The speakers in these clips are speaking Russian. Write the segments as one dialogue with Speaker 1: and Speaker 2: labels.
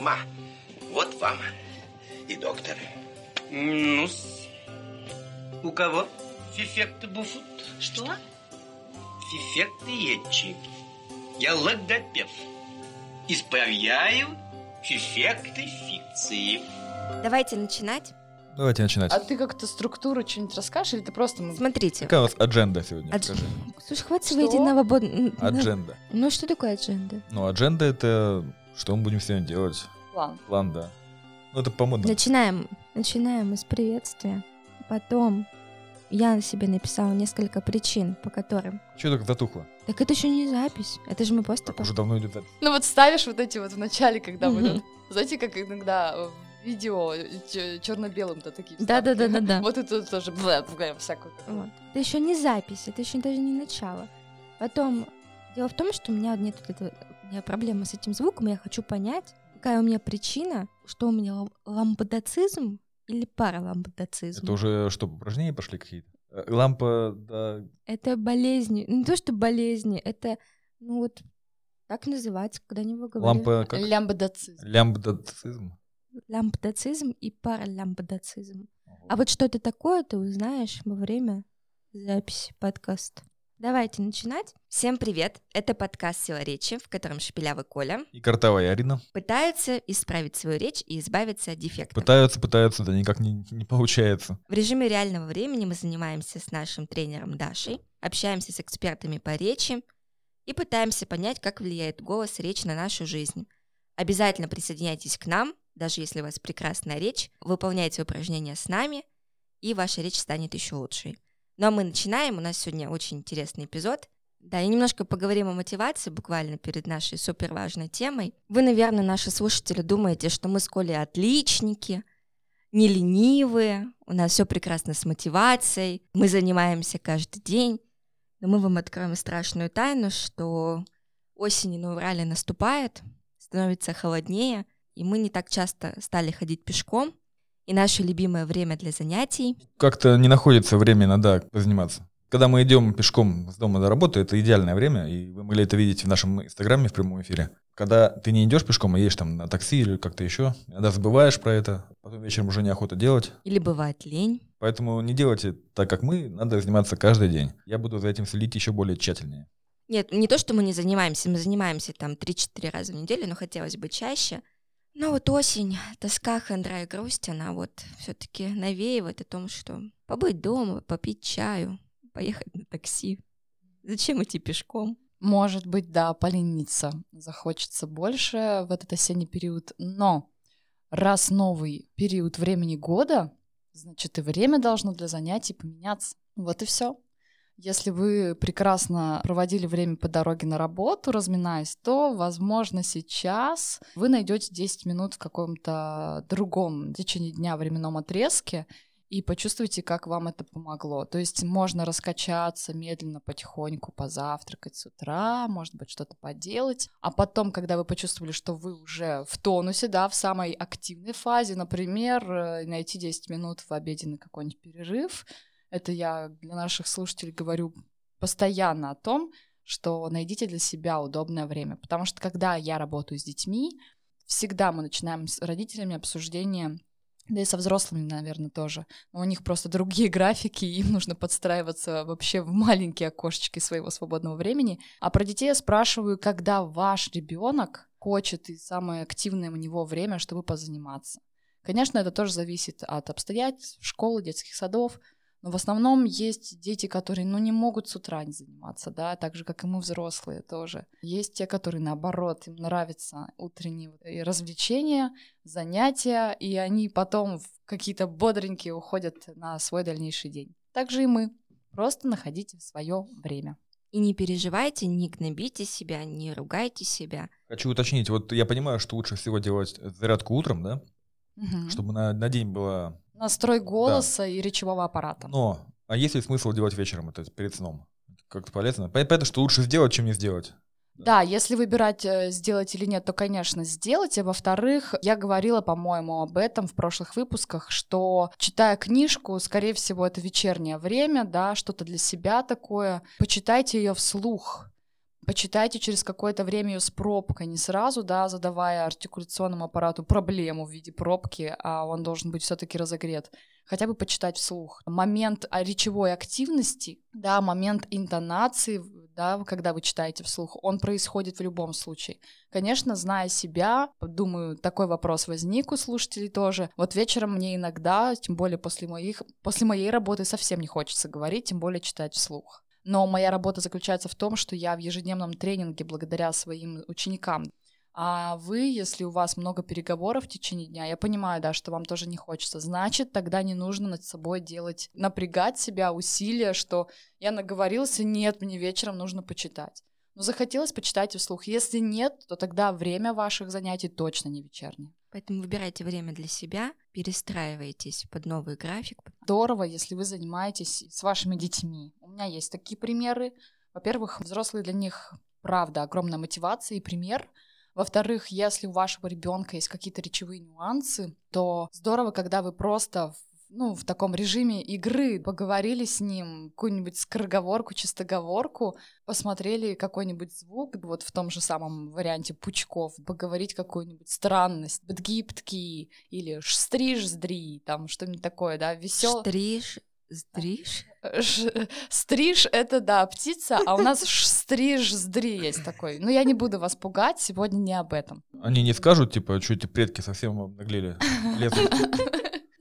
Speaker 1: Ма, вот вам и доктор.
Speaker 2: ну У кого? Фефекты буфут.
Speaker 3: Что?
Speaker 2: Фефекты етчи. Я логопед. Исправляю фефекты фикции.
Speaker 4: Давайте начинать.
Speaker 5: Давайте начинать.
Speaker 6: А ты как-то структуру что-нибудь расскажешь, или ты просто... мы-
Speaker 4: Смотрите.
Speaker 5: Какая у вас адженда сегодня?
Speaker 4: Адж-
Speaker 5: Скажи.
Speaker 4: Слушай, хватит
Speaker 6: Что?
Speaker 4: свои единобод...
Speaker 5: А Адженда.
Speaker 4: Ну что такое адженда?
Speaker 5: Ну, адженда это что мы будем сегодня делать?
Speaker 6: План.
Speaker 5: План, да. Ну, это по-модному.
Speaker 4: Начинаем. Начинаем из приветствия. Потом я себе написала несколько причин, по которым.
Speaker 5: Чего так затухло?
Speaker 4: Так это еще не запись. Это же мы просто...
Speaker 5: Уже давно идет запись.
Speaker 6: Ну вот ставишь вот эти вот в начале, когда
Speaker 4: Мгм.
Speaker 6: вы... Знаете, как иногда э, в видео черно-белым-то такие вставки?
Speaker 4: Да-да-да-да-да.
Speaker 6: Вот и тут тоже бля, бля, всякую.
Speaker 4: Вот. Это еще не запись, это еще даже не начало. Потом, дело в том, что у меня нет вот этого, у меня проблема с этим звуком, я хочу понять, какая у меня причина, что у меня лам- ламбдацизм или параламбдацизм.
Speaker 5: Это уже что, упражнения пошли какие-то? Э, Лампа, да,
Speaker 4: Это болезни, ну, не то что болезни, это, ну вот, так называется, когда не говорят.
Speaker 5: лампа как?
Speaker 6: Лямбдоцизм.
Speaker 5: Лямбдацизм.
Speaker 4: Ламбдацизм и параламбдацизм. А вот что это такое, ты узнаешь во время записи подкаста. Давайте начинать. Всем привет! Это подкаст «Сила речи», в котором Шепелявый Коля
Speaker 5: И картовая Арина.
Speaker 4: пытаются исправить свою речь и избавиться от дефектов.
Speaker 5: Пытаются, пытаются, да никак не, не получается.
Speaker 4: В режиме реального времени мы занимаемся с нашим тренером Дашей, общаемся с экспертами по речи и пытаемся понять, как влияет голос и речь на нашу жизнь. Обязательно присоединяйтесь к нам, даже если у вас прекрасная речь, выполняйте упражнения с нами, и ваша речь станет еще лучшей. Ну а мы начинаем, у нас сегодня очень интересный эпизод. Да, и немножко поговорим о мотивации буквально перед нашей суперважной темой. Вы, наверное, наши слушатели, думаете, что мы с Колей отличники, не ленивые, у нас все прекрасно с мотивацией, мы занимаемся каждый день. Но мы вам откроем страшную тайну, что осень на Урале наступает, становится холоднее, и мы не так часто стали ходить пешком, и наше любимое время для занятий.
Speaker 5: Как-то не находится время иногда позаниматься. Когда мы идем пешком с дома до работы, это идеальное время, и вы могли это видеть в нашем инстаграме в прямом эфире. Когда ты не идешь пешком, а едешь там на такси или как-то еще, иногда забываешь про это, потом вечером уже неохота делать.
Speaker 4: Или бывает лень.
Speaker 5: Поэтому не делайте так, как мы, надо заниматься каждый день. Я буду за этим следить еще более тщательнее.
Speaker 4: Нет, не то, что мы не занимаемся, мы занимаемся там 3-4 раза в неделю, но хотелось бы чаще. Но вот осень, тоска, хандра и грусть, она вот все таки навеивает о том, что побыть дома, попить чаю, поехать на такси. Зачем идти пешком?
Speaker 6: Может быть, да, полениться. Захочется больше в этот осенний период. Но раз новый период времени года, значит, и время должно для занятий поменяться. Вот и все. Если вы прекрасно проводили время по дороге на работу, разминаясь, то, возможно, сейчас вы найдете 10 минут в каком-то другом течение дня временном отрезке и почувствуйте, как вам это помогло. То есть можно раскачаться медленно, потихоньку, позавтракать с утра, может быть, что-то поделать. А потом, когда вы почувствовали, что вы уже в тонусе, да, в самой активной фазе, например, э, найти 10 минут в обеденный какой-нибудь перерыв, это я для наших слушателей говорю постоянно о том, что найдите для себя удобное время. Потому что когда я работаю с детьми, всегда мы начинаем с родителями обсуждение, да и со взрослыми, наверное, тоже. Но у них просто другие графики, и им нужно подстраиваться вообще в маленькие окошечки своего свободного времени. А про детей я спрашиваю, когда ваш ребенок хочет и самое активное у него время, чтобы позаниматься. Конечно, это тоже зависит от обстоятельств, школы, детских садов, но в основном есть дети, которые, ну, не могут с утра не заниматься, да, так же, как и мы, взрослые тоже. Есть те, которые, наоборот, им нравятся утренние вот и развлечения, занятия, и они потом в какие-то бодренькие уходят на свой дальнейший день. Так же и мы. Просто находите свое время.
Speaker 4: И не переживайте, не гнобите себя, не ругайте себя.
Speaker 5: Хочу уточнить, вот я понимаю, что лучше всего делать зарядку утром, да, чтобы на, на день было...
Speaker 6: Настрой голоса и речевого аппарата.
Speaker 5: Но, а есть ли смысл делать вечером это перед сном? Это как-то полезно? Пон- Понятно, что лучше сделать, чем не сделать.
Speaker 6: Да, если выбирать, э, сделать или нет, то, конечно, сделать. А во-вторых, я говорила, по-моему, об этом в прошлых выпусках, что, читая книжку, скорее всего, это вечернее время, да, что-то для себя такое. Почитайте ее вслух. Почитайте через какое-то время ее с пробкой, не сразу, да, задавая артикуляционному аппарату проблему в виде пробки, а он должен быть все-таки разогрет. Хотя бы почитать вслух. Момент а, речевой активности, да, момент интонации, да, когда вы читаете вслух, он происходит в любом случае. Конечно, зная себя, думаю, такой вопрос возник у слушателей тоже. Вот вечером мне иногда, тем более после, моих, после моей работы, совсем не хочется говорить, тем более читать вслух. Но моя работа заключается в том, что я в ежедневном тренинге благодаря своим ученикам. А вы, если у вас много переговоров в течение дня, я понимаю, да, что вам тоже не хочется, значит, тогда не нужно над собой делать, напрягать себя, усилия, что я наговорился, нет, мне вечером нужно почитать. Но захотелось, почитайте вслух. Если нет, то тогда время ваших занятий точно не вечернее.
Speaker 4: Поэтому выбирайте время для себя, перестраивайтесь под новый график.
Speaker 6: Здорово, если вы занимаетесь с вашими детьми. У меня есть такие примеры. Во-первых, взрослые для них, правда, огромная мотивация и пример. Во-вторых, если у вашего ребенка есть какие-то речевые нюансы, то здорово, когда вы просто в ну, в таком режиме игры, поговорили с ним, какую-нибудь скороговорку, чистоговорку, посмотрели какой-нибудь звук, вот в том же самом варианте пучков, поговорить какую-нибудь странность, бдгиптки или ш- стриж сдри, там что-нибудь такое, да, весело.
Speaker 4: Стриж, стриж.
Speaker 6: Стриж — это, да, птица, а у нас ш- стриж сдри есть такой. Но я не буду вас пугать, сегодня не об этом.
Speaker 5: Они не скажут, типа, что эти предки совсем обнаглели, лезут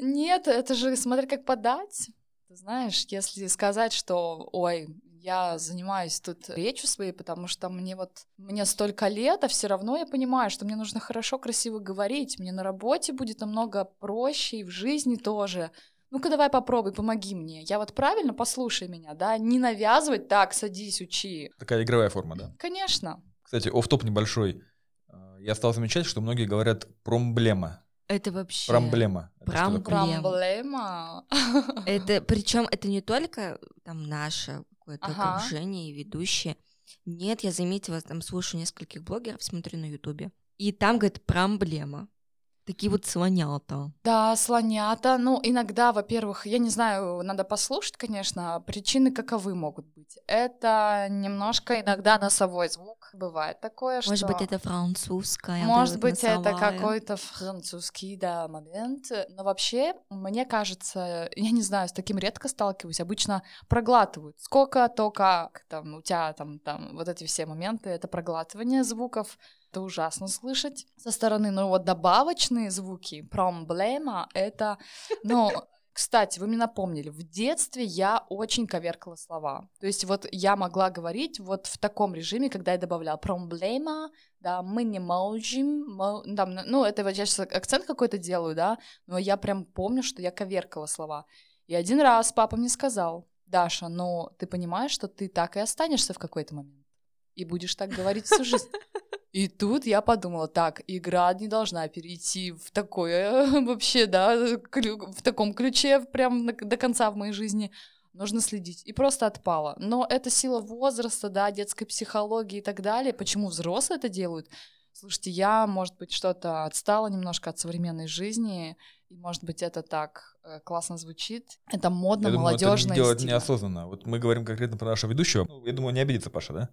Speaker 6: Нет, это же смотря как подать. Ты знаешь, если сказать, что ой, я занимаюсь тут речью своей, потому что мне вот мне столько лет, а все равно я понимаю, что мне нужно хорошо, красиво говорить. Мне на работе будет намного проще и в жизни тоже. Ну-ка давай попробуй, помоги мне. Я вот правильно послушай меня, да? Не навязывать, так, садись, учи.
Speaker 5: Такая игровая форма, да.
Speaker 6: Конечно.
Speaker 5: Кстати, офф-топ небольшой. Э, Я стал замечать, что многие говорят промблема.
Speaker 4: Это вообще...
Speaker 5: Промблема. Это что
Speaker 4: Пром-
Speaker 5: такое?
Speaker 4: Проблема.
Speaker 6: Проблема.
Speaker 4: Это причем это не только там наше какое-то
Speaker 6: Ага.
Speaker 4: окружение и ведущие. Нет, я заметила, там слушаю нескольких блогеров, смотрю на Ютубе. И там, говорит, проблема. Такие вот слонята.
Speaker 6: Да, слонята. Ну, иногда, во-первых, я не знаю, надо послушать, конечно, а причины каковы могут быть. Это немножко иногда носовой звук. Бывает такое, А что...
Speaker 4: Может быть, это французская. вот
Speaker 6: Может
Speaker 4: эта
Speaker 6: быть, это
Speaker 4: носовая.
Speaker 6: какой-то французский, да, момент. Но вообще, мне кажется, я не знаю, с таким редко сталкиваюсь. Обычно проглатывают. Сколько, то как, там, у тебя там, там, вот эти все моменты, это проглатывание звуков. Это ужасно слышать со стороны. Но вот добавочные звуки, проблема, это, ну, Кстати, вы мне напомнили, в детстве я очень коверкала слова. То есть вот я могла говорить вот в таком режиме, когда я добавляла проблема, да, мы не можем, мо- ну, там, ну, это вот я сейчас акцент какой-то делаю, да, но я прям помню, что я коверкала слова. И один раз папа мне сказал, Даша, ну, ты понимаешь, что ты так и останешься в какой-то момент, и будешь так говорить всю жизнь. И тут я подумала, так, игра не должна перейти в такое вообще, да, клю- в таком ключе прям на- до конца в моей жизни. Нужно следить. И просто отпала. Но это сила возраста, да, детской психологии и так далее. Почему взрослые это делают? Слушайте, я, может быть, что-то отстала немножко от современной жизни, и, может быть, это так э, классно звучит. Это модно,
Speaker 5: Я думаю, это
Speaker 6: молодежно. и
Speaker 5: делать
Speaker 4: типа.
Speaker 6: стильно.
Speaker 5: неосознанно. Вот мы говорим конкретно про нашего ведущего. Ну, Я думаю, не обидится Паша, да?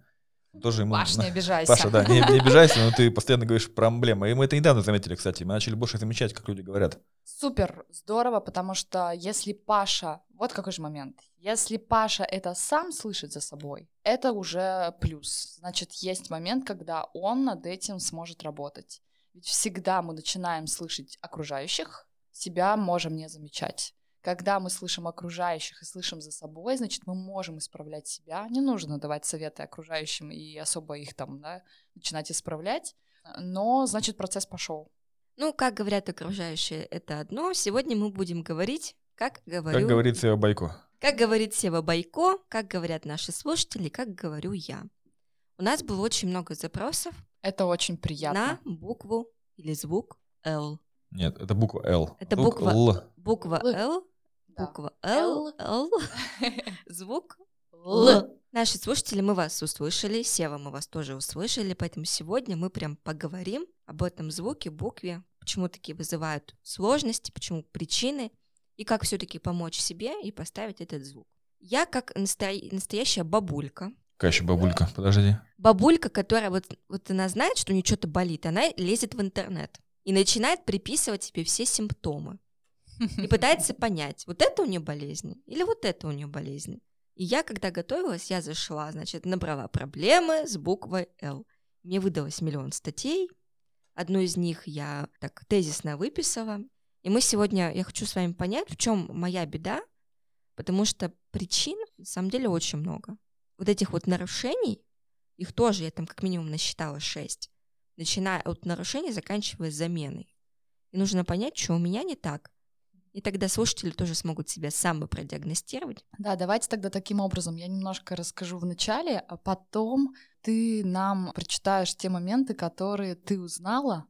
Speaker 5: Тоже ему...
Speaker 6: Паш, не обижайся.
Speaker 5: Паша, да, не, не обижайся, но ты постоянно говоришь про эмблемы. И мы это недавно заметили, кстати. Мы начали больше замечать, как люди говорят.
Speaker 6: Супер, здорово, потому что если Паша, вот какой же момент, если Паша это сам слышит за собой, это уже плюс. Значит, есть момент, когда он над этим сможет работать. Ведь всегда мы начинаем слышать окружающих, себя можем не замечать. Когда мы слышим окружающих и слышим за собой, значит, мы можем исправлять себя. Не нужно давать советы окружающим и особо их там, да, начинать исправлять. Но, значит, процесс пошел.
Speaker 4: Ну, как говорят окружающие, это одно. Сегодня мы будем говорить, как говорю...
Speaker 5: Как говорит Сева Байко.
Speaker 4: Как говорит Сева Байко, как говорят наши слушатели, как говорю я. У нас было очень много запросов
Speaker 6: Это очень приятно.
Speaker 4: на букву или звук Л.
Speaker 5: Нет, это буква Л.
Speaker 4: Это
Speaker 5: Звук
Speaker 4: буква.
Speaker 5: Л.
Speaker 4: Буква
Speaker 6: Л.
Speaker 4: Л,
Speaker 6: Да.
Speaker 4: буква Л,
Speaker 6: Л.
Speaker 4: Л, звук
Speaker 6: Л.
Speaker 4: Наши слушатели, мы вас услышали, Сева, мы вас тоже услышали, поэтому сегодня мы прям поговорим об этом звуке, букве, почему такие вызывают сложности, почему причины, и как все-таки помочь себе и поставить этот звук. Я как настоя- настоящая бабулька
Speaker 5: Какая еще бабулька? Подожди.
Speaker 4: Бабулька, которая вот, вот она знает, что у нее что-то болит, она лезет в интернет и начинает приписывать тебе все симптомы. и пытается понять, вот это у нее болезнь или вот это у нее болезнь. И я, когда готовилась, я зашла, значит, набрала проблемы с буквой «Л». Мне выдалось миллион статей. Одну из них я так тезисно выписала. И мы сегодня, я хочу с вами понять, в чем моя беда, потому что причин, на самом деле, очень много. Вот этих вот нарушений, их тоже я там как минимум насчитала шесть, начиная от нарушений, заканчивая заменой. И нужно понять, что у меня не так, и тогда слушатели тоже смогут себя самы продиагностировать.
Speaker 6: Да, давайте тогда таким образом. Я немножко расскажу в начале, а потом ты нам прочитаешь те моменты, которые ты узнала,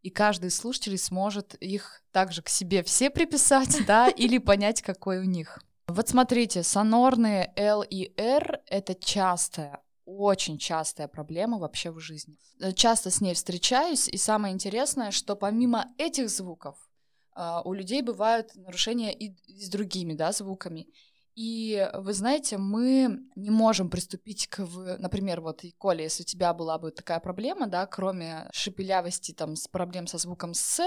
Speaker 6: и каждый из слушателей сможет их также к себе все приписать, да, или понять, какой у них. Вот смотрите, сонорные L и R — это частая очень частая проблема вообще в жизни. Э, Часто с ней встречаюсь, и самое интересное, что помимо этих звуков а, у людей бывают нарушения и с другими да, звуками. И вы знаете, мы не можем приступить к, в- например, вот и Коля, если у тебя была бы такая проблема, да, кроме шепелявости там с проблем со звуком с,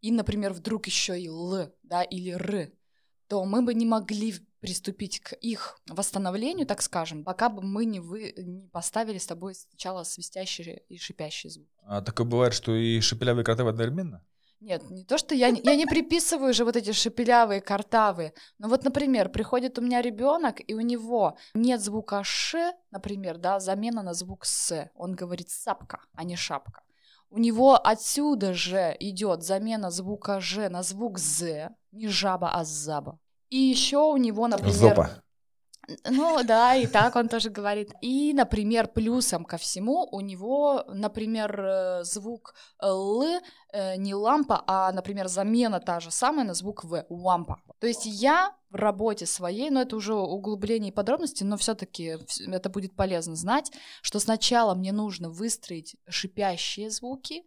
Speaker 6: и, например, вдруг еще и л, да, или р, то мы бы не могли в- приступить к их восстановлению, так скажем, пока бы мы не, вы, не поставили с тобой сначала свистящий и шипящий звук.
Speaker 5: А такое бывает, что и шепелявые кроты одновременно?
Speaker 6: Нет, не то, что я, не- я не приписываю же вот эти шепелявые картавые. Но вот, например, приходит у меня ребенок, и у него нет звука ш, например, да, замена на звук с. Он говорит сапка, а не шапка. У него отсюда же идет замена звука ж на звук з, не жаба, а заба. И еще у него, например,
Speaker 5: Зопа.
Speaker 6: ну да, и так он тоже говорит. И, например, плюсом ко всему у него, например, э, звук л э, не лампа, а, например, замена та же самая на звук в лампа. То есть я в работе своей, но это уже углубление и подробности, но все-таки это будет полезно знать, что сначала мне нужно выстроить шипящие звуки,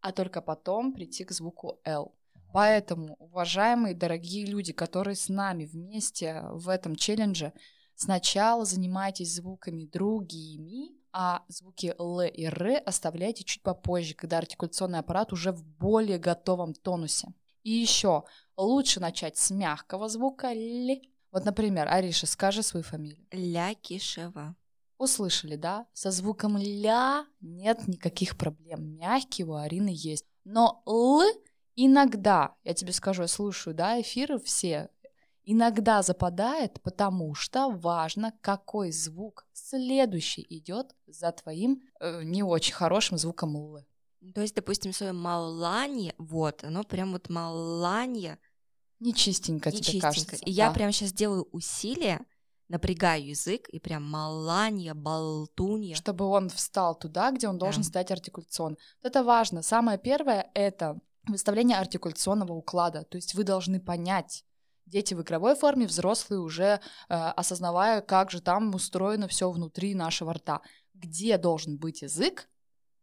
Speaker 6: а только потом прийти к звуку л. Поэтому, уважаемые дорогие люди, которые с нами вместе в этом челлендже, Сначала занимайтесь звуками другими, а звуки Л и Р оставляйте чуть попозже, когда артикуляционный аппарат уже в более готовом тонусе. И еще лучше начать с мягкого звука Л. Вот, например, Ариша, скажи свою фамилию.
Speaker 4: Лякишева.
Speaker 6: Услышали, да? Со звуком ля нет никаких проблем. Мягкий у Арины есть. Но л иногда, я тебе скажу, я слушаю, да, эфиры все, иногда западает, потому что важно, какой звук следующий идет за твоим э, не очень хорошим звуком л.
Speaker 4: То есть, допустим, свое маланье, вот, оно прям вот маланье,
Speaker 6: Не чистенько
Speaker 4: и
Speaker 6: тебе
Speaker 4: чистенько.
Speaker 6: кажется.
Speaker 4: И я
Speaker 6: да.
Speaker 4: прям сейчас делаю усилия, напрягаю язык, и прям маланье, болтунье.
Speaker 6: чтобы он встал туда, где он должен
Speaker 4: Да.
Speaker 6: стоять артикуляционно. Вот это важно. Самое первое — это выставление артикуляционного уклада. То есть вы должны понять, дети в игровой форме, взрослые уже э, осознавая, как же там устроено все внутри нашего рта. Где должен быть язык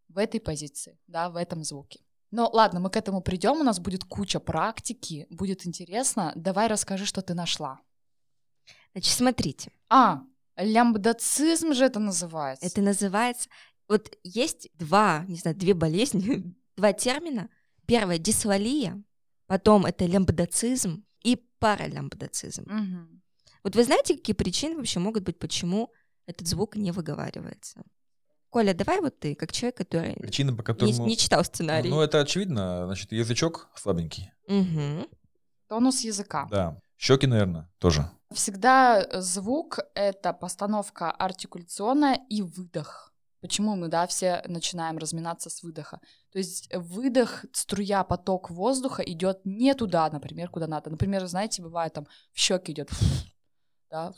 Speaker 6: в этой позиции, да, в этом звуке. Ну ладно, мы к этому придем, у нас будет куча практики, будет интересно. Давай расскажи, что ты нашла.
Speaker 4: Значит, смотрите,
Speaker 6: А, лямбдацизм же это называется.
Speaker 4: Это называется... Вот есть два, не знаю, две болезни, два термина. Первое — дисвалия, потом это лямбдацизм и паралямбдацизм.
Speaker 6: Мгм.
Speaker 4: Вот вы знаете, какие причины вообще могут быть, почему этот звук не выговаривается? Коля, давай вот ты, как человек, который не-
Speaker 5: Причина, по которой...
Speaker 4: не, читал сценарий.
Speaker 5: Ну, это очевидно. Значит, язычок слабенький.
Speaker 4: Мгм.
Speaker 6: Тонус языка.
Speaker 5: Да. Щеки, наверное, тоже.
Speaker 6: Всегда э, звук — это постановка артикуляционная и выдох. Почему мы, да, все начинаем разминаться с выдоха? То есть выдох, струя, поток воздуха идет не туда, например, куда надо. Например, знаете, бывает там в щеки идет, да,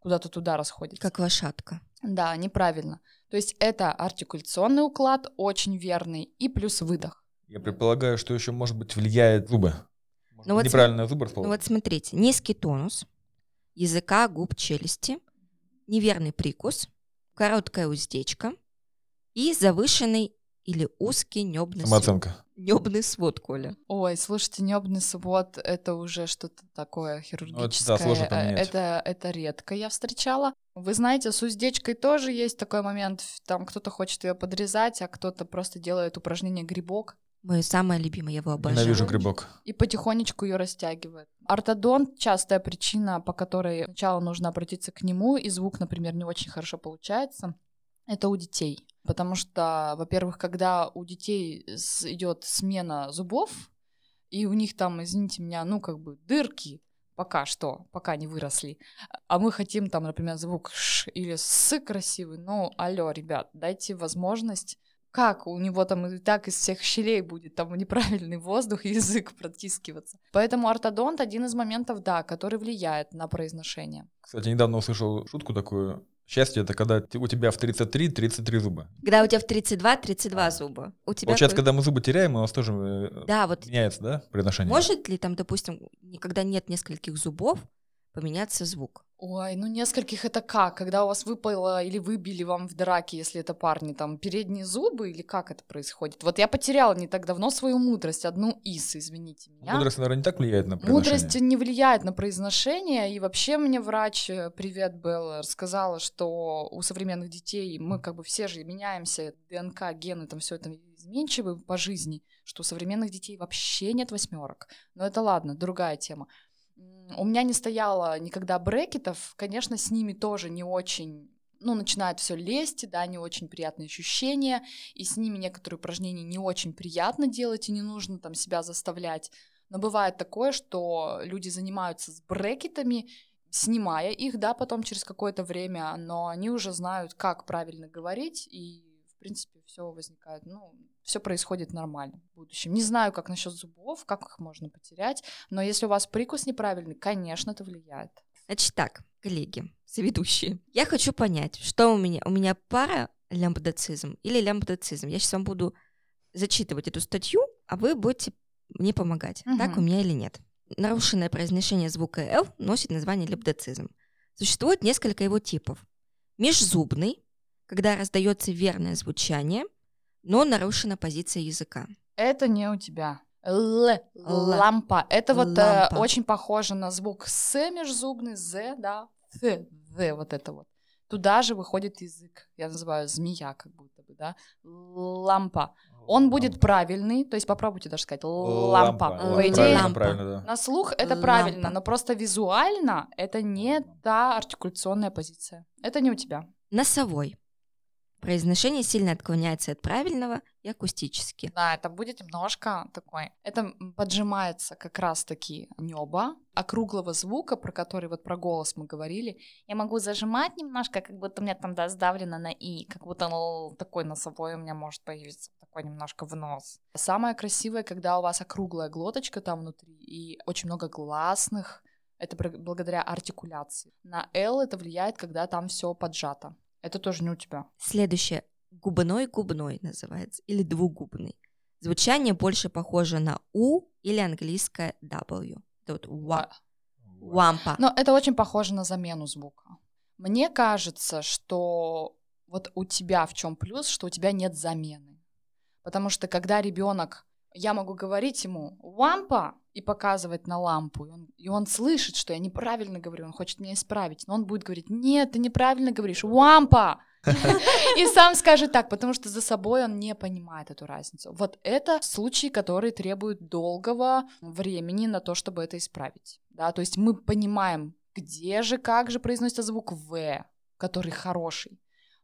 Speaker 6: куда-то туда расходится.
Speaker 4: Как лошадка.
Speaker 6: Да, неправильно. То есть это артикуляционный уклад, очень верный, и плюс выдох.
Speaker 5: Я предполагаю, что еще, может быть, влияет зубы. Может,
Speaker 4: Ну вот
Speaker 5: неправильно зубы
Speaker 4: Ну
Speaker 5: расположены.
Speaker 4: вот смотрите, низкий тонус языка, губ, челюсти, неверный прикус, короткая уздечка и завышенный или узкий небный, свод.
Speaker 5: Самооценка.
Speaker 4: небный свод, Коля?
Speaker 6: Ой, слушайте, небный свод — это уже что-то такое
Speaker 5: Ну, да,
Speaker 6: хирургическое.
Speaker 5: сложно
Speaker 6: Э,
Speaker 5: поменять.
Speaker 6: это, это редко я встречала. Вы знаете, с уздечкой тоже есть такой момент. в- Там кто-то хочет ее подрезать, а кто-то просто делает упражнение грибок
Speaker 4: Мое самое любимое, я его обожаю.
Speaker 5: Ненавижу грибок.
Speaker 6: и потихонечку ее растягивает. Ортодонт — частая причина, по которой сначала нужно обратиться к нему, и звук, например, не очень хорошо получается. Это у детей. Потому что, во-первых, когда у детей с- идет смена зубов, и у них там, извините меня, ну как бы дырки пока что, пока не выросли. А мы хотим там, например, звук ш или с красивый. Ну, алло, ребят, дайте возможность как у него там и так из всех щелей будет там неправильный воздух и язык протискиваться. Поэтому ортодонт один из моментов, да, который влияет на произношение.
Speaker 5: Кстати, недавно услышал шутку такую. Счастье — это когда те- у тебя в 33 33 зуба.
Speaker 4: Когда у тебя в 32, 32 зуба. У тебя
Speaker 5: Получается,
Speaker 4: какой-
Speaker 5: когда мы зубы теряем, у нас тоже э,
Speaker 4: Да, вот
Speaker 5: меняется, да, произношение?
Speaker 4: может ли там, допустим, не- когда нет нескольких зубов, поменяться звук?
Speaker 6: Ой, ну нескольких это как? Когда у вас выпало или выбили вам в драке, если это парни, там, передние зубы или как это происходит? Вот я потеряла не так давно свою мудрость, одну из, извините меня.
Speaker 5: Мудрость, наверное, не так влияет на произношение.
Speaker 6: Мудрость не влияет на произношение, и вообще мне врач, э, привет, Белла, рассказала, что у современных детей мы как бы все же меняемся, ДНК, гены, там все это изменчивы по жизни, что у современных детей вообще нет восьмерок. Но это ладно, другая тема. М, У меня не стояло никогда брекетов, конечно, с ними тоже не очень ну, начинает все лезть, да, не очень приятные ощущения, и с ними некоторые упражнения не очень приятно делать, и не нужно там себя заставлять. Но бывает такое, что люди занимаются с брекетами, снимая их, да, потом через какое-то время, но они уже знают, как правильно говорить, и, в принципе, все возникает, ну, все происходит нормально в будущем. Не знаю, как насчет зубов, как их можно потерять, но если у вас прикус неправильный, конечно, это влияет.
Speaker 4: Значит так, коллеги, соведущие. Я хочу понять, что у меня? У меня пара лямбдацизм или лямбдацизм. Я сейчас вам буду зачитывать эту статью, а вы будете мне помогать,
Speaker 6: Мгм.
Speaker 4: так у меня или нет. Нарушенное произношение звука «л» носит название лямбдацизм. Существует несколько его типов. Межзубный, когда раздается верное звучание, но нарушена позиция языка.
Speaker 6: Это не у тебя. Л, лампа. Это вот э,
Speaker 4: Лампа.
Speaker 6: очень похоже на звук С межзубный, З, да, Ц, З, вот это вот. Туда же выходит язык. Я называю змея, как будто бы, да. Лампа. Он будет правильный, то есть попробуйте даже сказать лампа.
Speaker 4: Лампа.
Speaker 6: По
Speaker 4: Лампа.
Speaker 6: идее,
Speaker 5: Правильно, правильно, да.
Speaker 6: на слух это
Speaker 4: Лампа.
Speaker 6: правильно, но просто визуально это не та артикуляционная позиция. Это не у тебя.
Speaker 4: Носовой. Произношение сильно отклоняется от правильного и акустически.
Speaker 6: Да, это будет немножко такой. Это м, поджимается как раз-таки небо округлого звука, про который вот про голос мы говорили. Я могу зажимать немножко, как будто у меня там да, сдавлено на и, как будто л- такой носовой у меня может появиться, такой немножко в нос. Самое красивое, когда у вас округлая глоточка там внутри и очень много гласных. Это бр- благодаря артикуляции. На L это влияет, когда там все поджато. Это тоже не у тебя.
Speaker 4: Следующее. Губной-губной называется, или двугубный. Звучание больше похоже на «у» или английское «w». Это вот «ва», «вампа».
Speaker 6: Но это очень похоже на замену звука. Мне кажется, что вот у тебя в чем плюс, что у тебя нет замены. Потому что когда ребенок, я могу говорить ему лампа и показывать на лампу, и он, и он слышит, что я неправильно говорю, он хочет меня исправить, но он будет говорить, нет, ты неправильно говоришь, лампа. И сам скажет так, потому что за собой он не понимает эту разницу. Вот это случаи, которые требуют долгого времени на то, чтобы это исправить. Да, то есть мы понимаем, где же, как же произносится звук В, который хороший.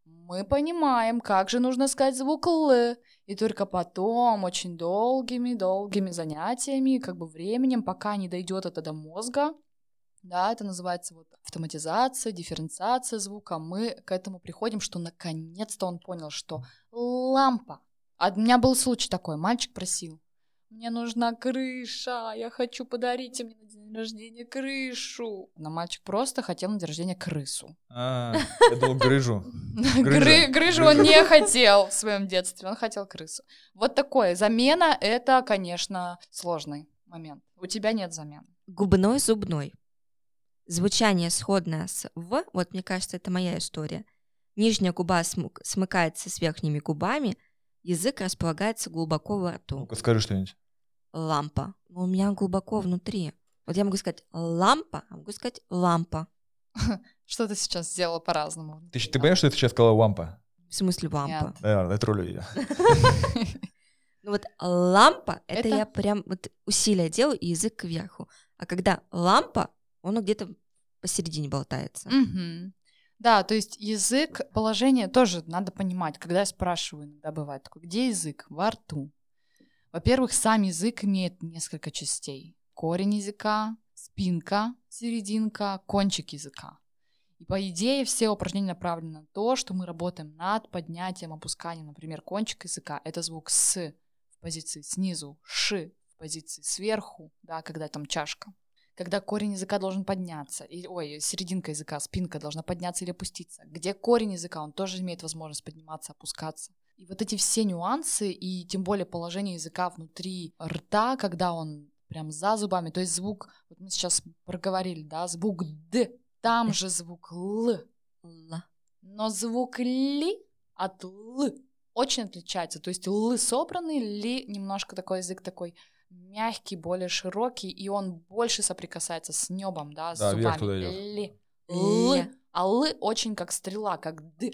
Speaker 6: Мы понимаем, как же нужно сказать звук Л, и только потом очень долгими-долгими занятиями, как бы временем, пока не дойдет это до мозга, да, это называется вот автоматизация, дифференциация звука. Мы к этому приходим, что наконец-то он понял, что лампа. А у меня был случай такой, мальчик просил. Мне нужна крыша, я хочу подарить мне на день рождения крышу. Но мальчик просто хотел на день рождения крысу.
Speaker 5: А, Я думал, грыжу.
Speaker 6: Гры- Грыжу он не хотел в своем детстве, он хотел крысу. Вот такое. Замена — это, конечно, сложный момент. У тебя нет замены.
Speaker 4: Губной-зубной. Звучание сходное с «в», вот мне кажется, это моя история. Нижняя губа сму- смыкается с верхними губами, Язык располагается глубоко во рту.
Speaker 5: Ну-ка, скажи что-нибудь.
Speaker 4: Лампа. Но у меня глубоко внутри. Вот я могу сказать лампа, а могу сказать лампа.
Speaker 6: Что ты сейчас сделала по-разному?
Speaker 5: Ты, щ- ты понимаешь, что ты сейчас сказала лампа?
Speaker 4: В смысле лампа?
Speaker 6: Нет.
Speaker 5: Да, я троллю ее.
Speaker 4: Ну вот лампа, это,
Speaker 6: Это-
Speaker 4: я прям вот усилия делаю и язык кверху. А когда лампа, он где-то посередине болтается.
Speaker 6: Мгм. Да, то есть язык, положение тоже надо понимать. Когда я спрашиваю, иногда бывает такое, где язык? Во рту. Во-первых, сам язык имеет несколько частей. Корень языка, спинка, серединка, кончик языка. И по идее все упражнения направлены на то, что мы работаем над поднятием, опусканием, например, кончик языка. Это звук «с» в позиции снизу, «ш» в позиции сверху, да, когда там чашка когда корень языка должен подняться, или, ой, серединка языка, спинка должна подняться или опуститься, где корень языка, он тоже имеет возможность подниматься, опускаться. И вот эти все нюансы, и тем более положение языка внутри рта, когда он прям за зубами, то есть звук, вот мы сейчас проговорили, да, звук «д», там же звук «л»,
Speaker 4: Ла.
Speaker 6: но звук «ли» от «л» очень отличается. То есть «л» собранный, «ли» немножко такой язык такой мягкий, более широкий, и он больше соприкасается с небом, да, с
Speaker 5: Да,
Speaker 6: зубами.
Speaker 5: вверх туда идёт.
Speaker 6: «Ли». «Л»,
Speaker 4: Ле.
Speaker 6: а «л» очень как стрела, как «д».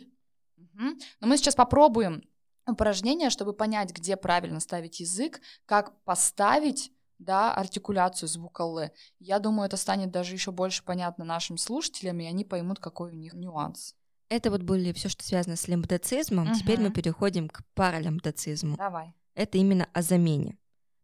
Speaker 6: Мгм. Но мы сейчас попробуем упражнение, чтобы понять, где правильно ставить язык, как поставить да, артикуляцию звука «л». Я думаю, это станет даже еще больше понятно нашим слушателям, и они поймут, какой у них нюанс.
Speaker 4: Это вот были все, что связано с лимбдацизмом. Теперь мы
Speaker 6: Мгм.
Speaker 4: переходим к паралимбдацизму.
Speaker 6: Давай.
Speaker 4: Это именно о замене.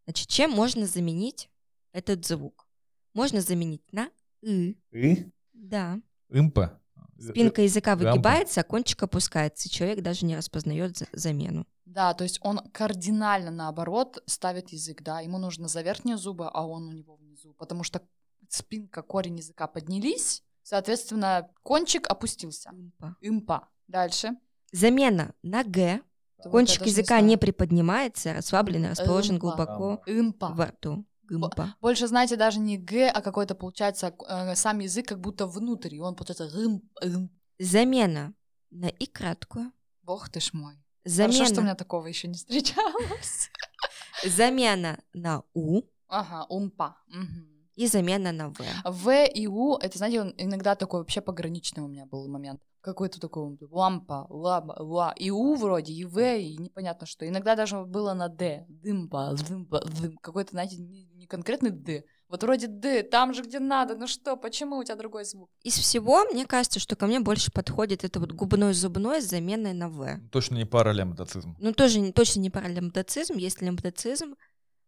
Speaker 4: Значит, чем можно заменить этот звук? Можно заменить на «ы».
Speaker 5: И?
Speaker 4: Да.
Speaker 5: Импа.
Speaker 4: Спинка языка
Speaker 5: Рампа.
Speaker 4: выгибается, а кончик опускается. и Человек даже не распознает за- замену.
Speaker 6: Да, то есть он кардинально наоборот ставит язык, да, ему нужно за верхние зубы, а он у него внизу, потому что спинка, корень языка поднялись, соответственно, кончик опустился.
Speaker 4: Импа.
Speaker 6: Импа. Дальше.
Speaker 4: Замена на «г».
Speaker 6: Вот
Speaker 4: Кончик
Speaker 6: я даже
Speaker 4: языка
Speaker 6: знаю.
Speaker 4: не приподнимается, расслаблен, и расположен
Speaker 6: Рампа.
Speaker 4: глубоко
Speaker 6: Импа.
Speaker 4: во рту. Гымпа.
Speaker 6: Больше, знаете, даже не г, а какой-то получается э, сам язык как будто внутрь, и он получается гым, гым.
Speaker 4: Замена на «и» краткую.
Speaker 6: Бог ты ж мой. Хорошо, что у
Speaker 4: Замена,
Speaker 6: меня такого еще не встречалось.
Speaker 4: замена на «у»
Speaker 6: Ага, умпа. Мгм.
Speaker 4: и замена на «в».
Speaker 6: В и У, это, знаете, он иногда такой вообще пограничный у меня был момент. Какой-то такой он, лампа, лама, ла. И У вроде, и В, и непонятно что. Иногда даже было на Д. Дымба, дымба, дым. Какой-то, знаете, не, не конкретный Д. Вот вроде Д, там же, где надо. Ну что, почему у тебя другой звук?
Speaker 4: Из всего, мне кажется, что ко мне больше подходит это вот губной-зубной с заменой на «в».
Speaker 5: Точно не паралямбдацизм.
Speaker 4: Ну, тоже не- точно не паралимбдацизм, есть лимбдацизм,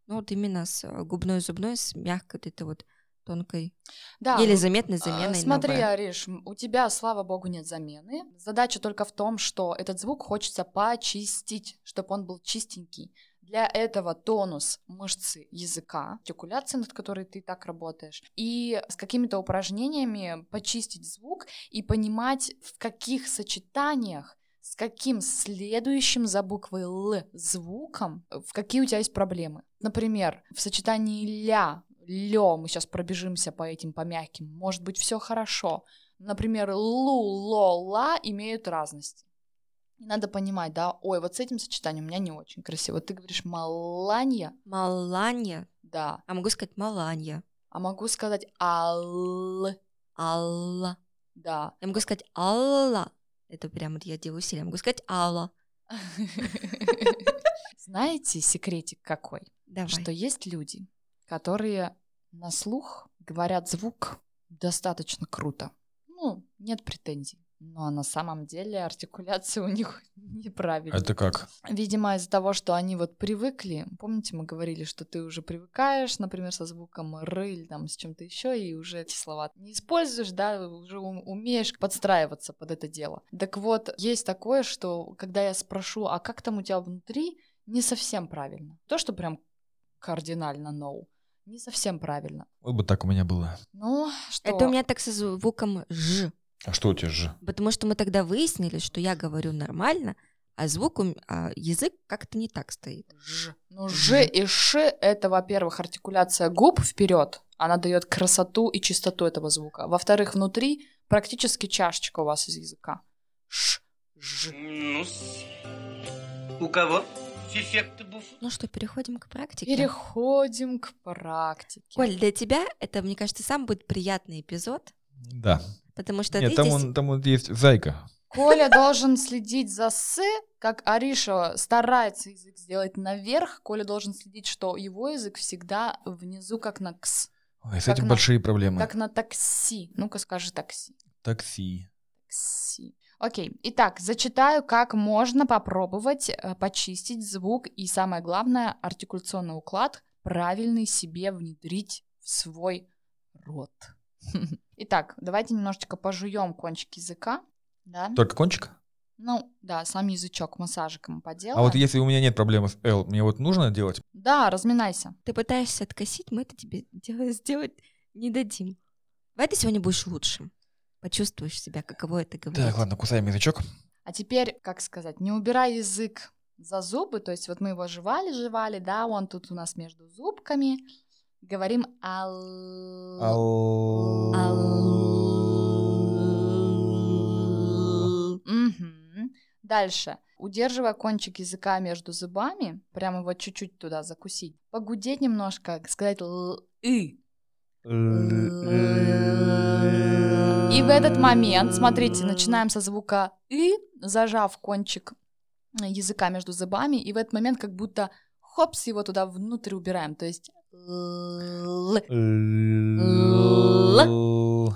Speaker 4: но вот именно с э, губной-зубной, с мягкой вот этой вот тонкой,
Speaker 6: Да.
Speaker 4: еле
Speaker 6: ну,
Speaker 4: заметной
Speaker 6: А,
Speaker 4: заменой
Speaker 6: Смотри,
Speaker 4: на «в».
Speaker 6: Ариш, м, у тебя, слава богу, нет замены. Задача только в том, что этот звук хочется почистить, чтобы он был чистенький. Для этого тонус мышцы языка, артикуляции, над которой ты так работаешь, и с какими-то упражнениями почистить звук и понимать, в каких сочетаниях с каким следующим за буквой «л» звуком, э, в какие у тебя есть проблемы. Например, в сочетании «ля», «лё», мы сейчас пробежимся по этим, по мягким, может быть, все хорошо. Например, «лу», «ло», «ла» имеют разности. И Надо понимать, да, ой, вот с этим сочетанием у меня не очень красиво. Ты говоришь «маланья»,
Speaker 4: Маланья,
Speaker 6: да,
Speaker 4: а могу сказать «маланья»,
Speaker 6: а могу сказать «ал»,
Speaker 4: «алла».
Speaker 6: да.
Speaker 4: Я могу сказать «алла». Это прям вот я делаю усилия. Я могу сказать «алла».
Speaker 6: Знаете секретик какой?
Speaker 4: Давай.
Speaker 6: что есть люди, которые на слух говорят звук достаточно круто. Ну, нет претензий. Ну, а на самом деле артикуляция у них неправильная.
Speaker 5: А Это как?
Speaker 6: Видимо, из-за того, что они вот привыкли, помните, мы говорили, что ты уже привыкаешь, например, со звуком «р» или там с чем-то еще, и уже эти слова не используешь, да, уже ум- умеешь подстраиваться под это дело. Так вот, есть такое, что когда я спрошу, а как там у тебя внутри, не совсем правильно. То, что прям кардинально no, не совсем правильно.
Speaker 5: Вот бы так у меня было.
Speaker 6: Ну, что...
Speaker 4: Это у меня так со звуком «ж».
Speaker 5: А что у тебя же?
Speaker 4: Потому что мы тогда выяснили, что я говорю нормально, а звук, у м- а язык как-то не так стоит.
Speaker 6: Ж. Ну, Ж и Ш это, во-первых, артикуляция губ вперед. Она дает красоту и чистоту этого звука. Во-вторых, внутри практически чашечка у вас из языка. Ш. Ж.
Speaker 2: Ну, с- у кого фифекты буфут.
Speaker 4: Ну что, переходим к практике.
Speaker 6: Переходим к практике.
Speaker 4: Коль, для тебя это, мне кажется, сам будет приятный эпизод,
Speaker 5: Да.
Speaker 4: потому что
Speaker 5: Нет,
Speaker 4: ты
Speaker 5: там,
Speaker 4: здесь...
Speaker 5: он, там вот есть зайка.
Speaker 6: Коля должен следить за «с», как Ариша старается язык сделать наверх, Коля должен следить, что его язык всегда внизу, как на «кс»,
Speaker 5: Ой, с
Speaker 6: Как
Speaker 5: этим
Speaker 6: на-
Speaker 5: большие проблемы.
Speaker 6: как на такси. Ну-ка скажи такси.
Speaker 5: Такси.
Speaker 6: Такси. Окей, итак, зачитаю, как можно попробовать э, почистить звук и, самое главное, артикуляционный уклад правильный себе внедрить в свой рот. Итак, давайте немножечко пожуем кончик языка, да?
Speaker 5: Только кончик?
Speaker 6: Ну, да, сам язычок массажиком поделаем.
Speaker 5: А вот если у меня нет проблемы с L, мне вот нужно делать?
Speaker 6: Да, разминайся.
Speaker 4: Ты пытаешься откосить, мы это тебе дел- сделать не дадим. Давай ты сегодня будешь лучшим. Почувствуешь себя, каково это говорить.
Speaker 5: Так, ладно, кусаем язычок.
Speaker 6: А теперь, как сказать, не убирай язык за зубы, то есть вот мы его жевали-жевали, да, он тут у нас между зубками. Говорим ал...
Speaker 5: Ал-
Speaker 6: Мгм. Дальше. Удерживая кончик языка между зубами, прямо его чуть-чуть туда закусить, погудеть немножко, сказать л и. И в этот момент, смотрите, начинаем со звука «и», зажав кончик языка между зубами, и в этот момент как будто хопс его туда внутрь убираем, то есть «л»,
Speaker 5: Л.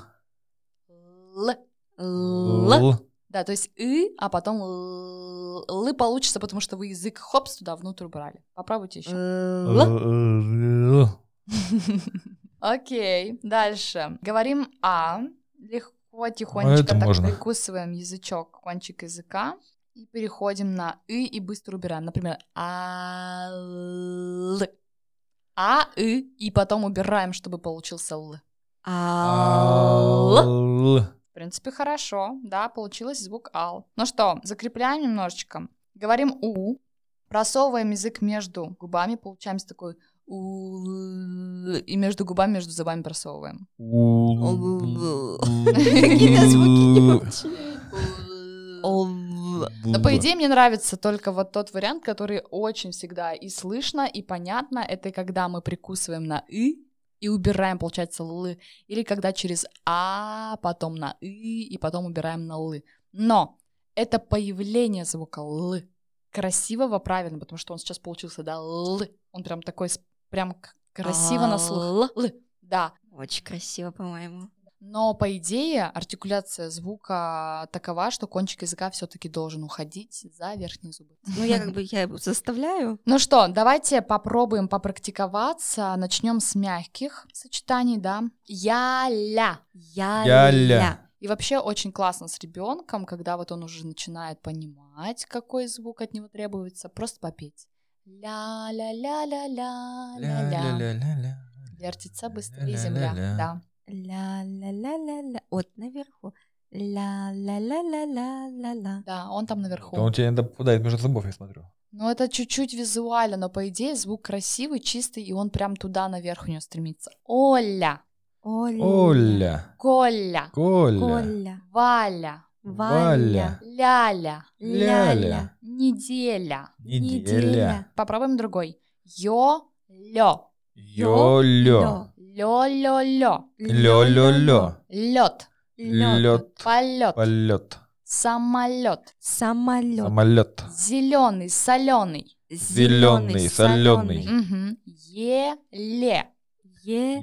Speaker 6: «л»,
Speaker 4: Л.
Speaker 6: да, то есть «и», а потом «л», «лы» получится, потому что вы язык хопс туда внутрь убрали. Попробуйте еще.
Speaker 4: Э. Л.
Speaker 5: Л.
Speaker 6: Окей, дальше. Говорим «а». Легко, тихонечко
Speaker 5: это
Speaker 6: так
Speaker 5: можно.
Speaker 6: прикусываем язычок, кончик языка. И переходим на «и» и быстро убираем. Например, а л а «и» и потом убираем, чтобы получился «л».
Speaker 4: Ал.
Speaker 5: Л.
Speaker 6: В принципе, хорошо, да, получилось звук «ал». Ну что, закрепляем немножечко. Говорим «у», просовываем язык между губами, получаемся такой «у» и между губами, между зубами просовываем.
Speaker 5: Л.
Speaker 4: Какие-то звуки не Л.
Speaker 6: Но Ну,
Speaker 5: Угу.
Speaker 6: по идее мне нравится только вот тот вариант, который очень всегда и слышно, и понятно. Это когда мы прикусываем на и и убираем, получается, лы. Или когда через а, потом на и, и потом убираем на лы. Но это появление звука лы красивого, правильно, потому что он сейчас получился, да, лы. Он прям такой, с- прям к- красиво на слух. Лы. Да,
Speaker 4: Очень красиво, по-моему.
Speaker 6: но по идее артикуляция звука такова, что кончик языка все-таки должен уходить за верхние зубы.
Speaker 4: Ну, я как бы я его заставляю.
Speaker 6: Ну что, давайте попробуем попрактиковаться. Начнем с мягких сочетаний, да. Я-ля.
Speaker 4: Я.
Speaker 5: Яля.
Speaker 6: И вообще очень классно с ребенком, когда вот он уже начинает понимать, какой звук от него требуется, просто попеть. Ля-ля-ля-ля-ля-ля-ля. Вертится быстрее земля. Да.
Speaker 4: Ля-ля-ля-ля-ля. Вот наверху. Ля-ля-ля-ля-ля-ля.
Speaker 6: Да, он там наверху.
Speaker 5: Да Он тебе иногда попадает между зубов, я смотрю.
Speaker 6: Ну, это чуть-чуть визуально, но по идее звук красивый, чистый, и он прям туда наверх у него стремится. Оля,
Speaker 4: Оля.
Speaker 5: Оля.
Speaker 6: Коля,
Speaker 5: Коля.
Speaker 4: Коля.
Speaker 6: Валя,
Speaker 5: Валя.
Speaker 6: Ляля,
Speaker 5: Ляля.
Speaker 6: неделя.
Speaker 5: Неделя.
Speaker 6: Попробуем другой. Йо, лё,
Speaker 5: Йолё.
Speaker 6: лё, лё, лё,
Speaker 5: Лё-лё-лё.
Speaker 6: лед,
Speaker 5: Лёд.
Speaker 6: полет,
Speaker 5: Полет.
Speaker 6: самолет,
Speaker 4: Самолет.
Speaker 5: Самолет.
Speaker 6: зеленый, соленый,
Speaker 5: Зелёный, солёный.
Speaker 6: еле,
Speaker 4: Еле.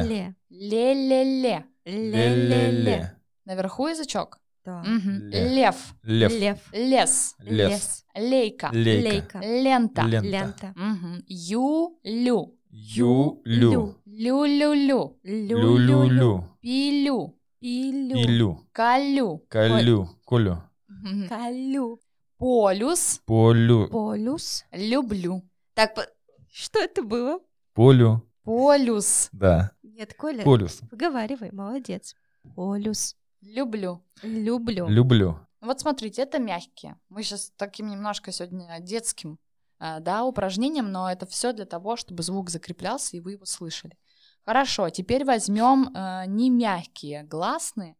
Speaker 5: Еле.
Speaker 6: ле-ле-ле.
Speaker 4: Ле-ле-ле.
Speaker 6: Наверху язычок.
Speaker 4: Да.
Speaker 6: Мгм.
Speaker 5: Ле.
Speaker 6: Лев,
Speaker 5: Лев.
Speaker 4: Лев.
Speaker 6: лес,
Speaker 5: Лес.
Speaker 6: лейка,
Speaker 5: Лейка.
Speaker 6: лента,
Speaker 5: Лен-
Speaker 4: Лента.
Speaker 6: Мгм. Юлю,
Speaker 5: Юлю.
Speaker 6: люлюлю,
Speaker 5: Люлюлю.
Speaker 6: пилю,
Speaker 4: Пилю.
Speaker 5: Илю.
Speaker 6: калю,
Speaker 5: Колю. Колю.
Speaker 6: Мгм.
Speaker 4: Колю.
Speaker 6: полюс,
Speaker 5: Полю.
Speaker 4: Полюс.
Speaker 6: люблю,
Speaker 4: Так, по- что это было?
Speaker 5: Полю.
Speaker 6: полюс,
Speaker 5: Да.
Speaker 4: Нет, Коля,
Speaker 5: Полюс.
Speaker 4: выговаривай, молодец. Полюс.
Speaker 6: люблю.
Speaker 4: Люблю.
Speaker 5: Люблю.
Speaker 6: Вот смотрите, это мягкие. Мы сейчас таким немножко сегодня детским а, да, упражнением, но это все для того, чтобы звук закреплялся и вы его слышали. Хорошо, теперь возьмем не мягкие гласные.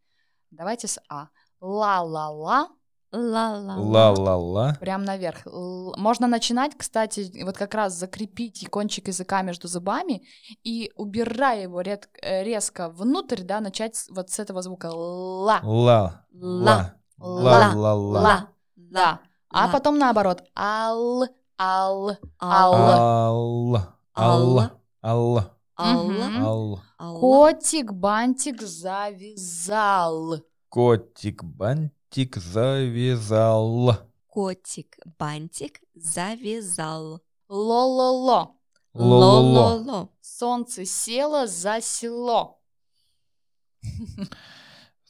Speaker 6: Давайте с А. Ла-ла-ла,
Speaker 4: Ла-ла.
Speaker 5: Ла-ла-ла.
Speaker 6: Прям наверх. Л- Можно начинать, кстати, вот как раз закрепить и кончик языка между зубами и, убирая его ред- э, резко внутрь, да, начать с- вот с этого звука ла,
Speaker 5: Ла.
Speaker 4: Ла.
Speaker 5: Ла. Ла-ла-ла.
Speaker 6: ла, да. А
Speaker 4: Ла.
Speaker 6: потом наоборот. Ал, ал,
Speaker 5: а.
Speaker 6: ал.
Speaker 5: Алла. Алла. Алла.
Speaker 4: Алла.
Speaker 6: Мгм.
Speaker 5: Алла.
Speaker 4: Алла.
Speaker 6: Котик, бантик завязал.
Speaker 5: Котик бантик завязал.
Speaker 4: Котик бантик завязал.
Speaker 6: Ло-ло-ло.
Speaker 5: Ло-ло-ло.
Speaker 6: Солнце село за село.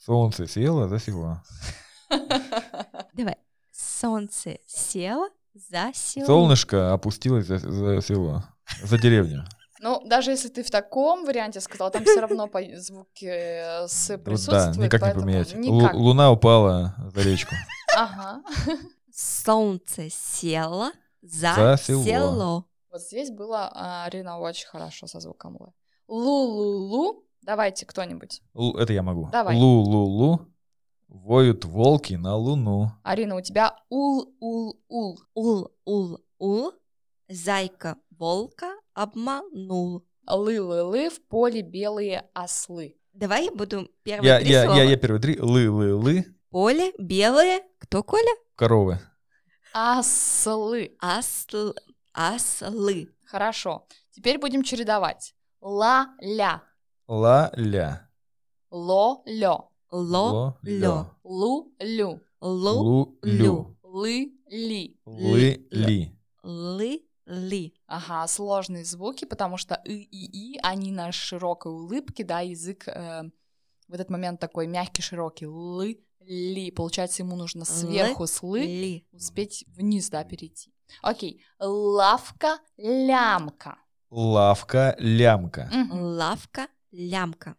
Speaker 5: Солнце село, засекло.
Speaker 4: Давай. Солнце село за село.
Speaker 5: Солнышко опустилось за, за село, за деревню.
Speaker 6: Ну, даже если ты в таком варианте сказал, там все равно по- звуки э, с
Speaker 5: Вот Ну да,
Speaker 6: присутствуют.
Speaker 5: никак не
Speaker 6: поэтому
Speaker 5: поменять.
Speaker 6: никак.
Speaker 5: Лу- луна упала за речку.
Speaker 6: Ага.
Speaker 4: Солнце село за,
Speaker 5: За село.
Speaker 4: село.
Speaker 6: Вот здесь было а, Арина очень хорошо со звуком Л. Лу-лу-лу. Давайте кто-нибудь.
Speaker 5: Лу- это я могу.
Speaker 6: Давай.
Speaker 5: Лу-лу-лу. Воют волки на луну.
Speaker 6: Арина, у тебя ул-ул-ул.
Speaker 4: Ул, ул, ул. Зайка волка обманул.
Speaker 6: Лы-лы-лы в поле белые ослы.
Speaker 4: Давай я буду первые
Speaker 5: Я,
Speaker 4: три
Speaker 5: я,
Speaker 4: слова.
Speaker 5: я, я первые три. Лы-лы-лы.
Speaker 4: Поле, белое. Кто, Коля?
Speaker 5: Коровы.
Speaker 6: А, Ослы.
Speaker 4: Асл, аслы.
Speaker 6: Хорошо. Теперь будем чередовать. Ла-ля.
Speaker 5: Ла-ля.
Speaker 6: Ло-лё.
Speaker 4: Ло, лё.
Speaker 6: Лу-лю.
Speaker 4: лу,
Speaker 5: Лу-лю.
Speaker 6: Лы-ли.
Speaker 5: Лы-ли.
Speaker 4: лы, ли.
Speaker 6: Ага, сложные звуки, потому что и и и, они на широкой улыбке, да, язык э, в этот момент такой мягкий, широкий. Лы, ли. Получается, ему нужно сверху с лы
Speaker 4: ли.
Speaker 6: успеть вниз, да, перейти. Окей. Лавка, лямка.
Speaker 5: Лавка-лямка.
Speaker 6: Мгм.
Speaker 4: Лавка, лямка.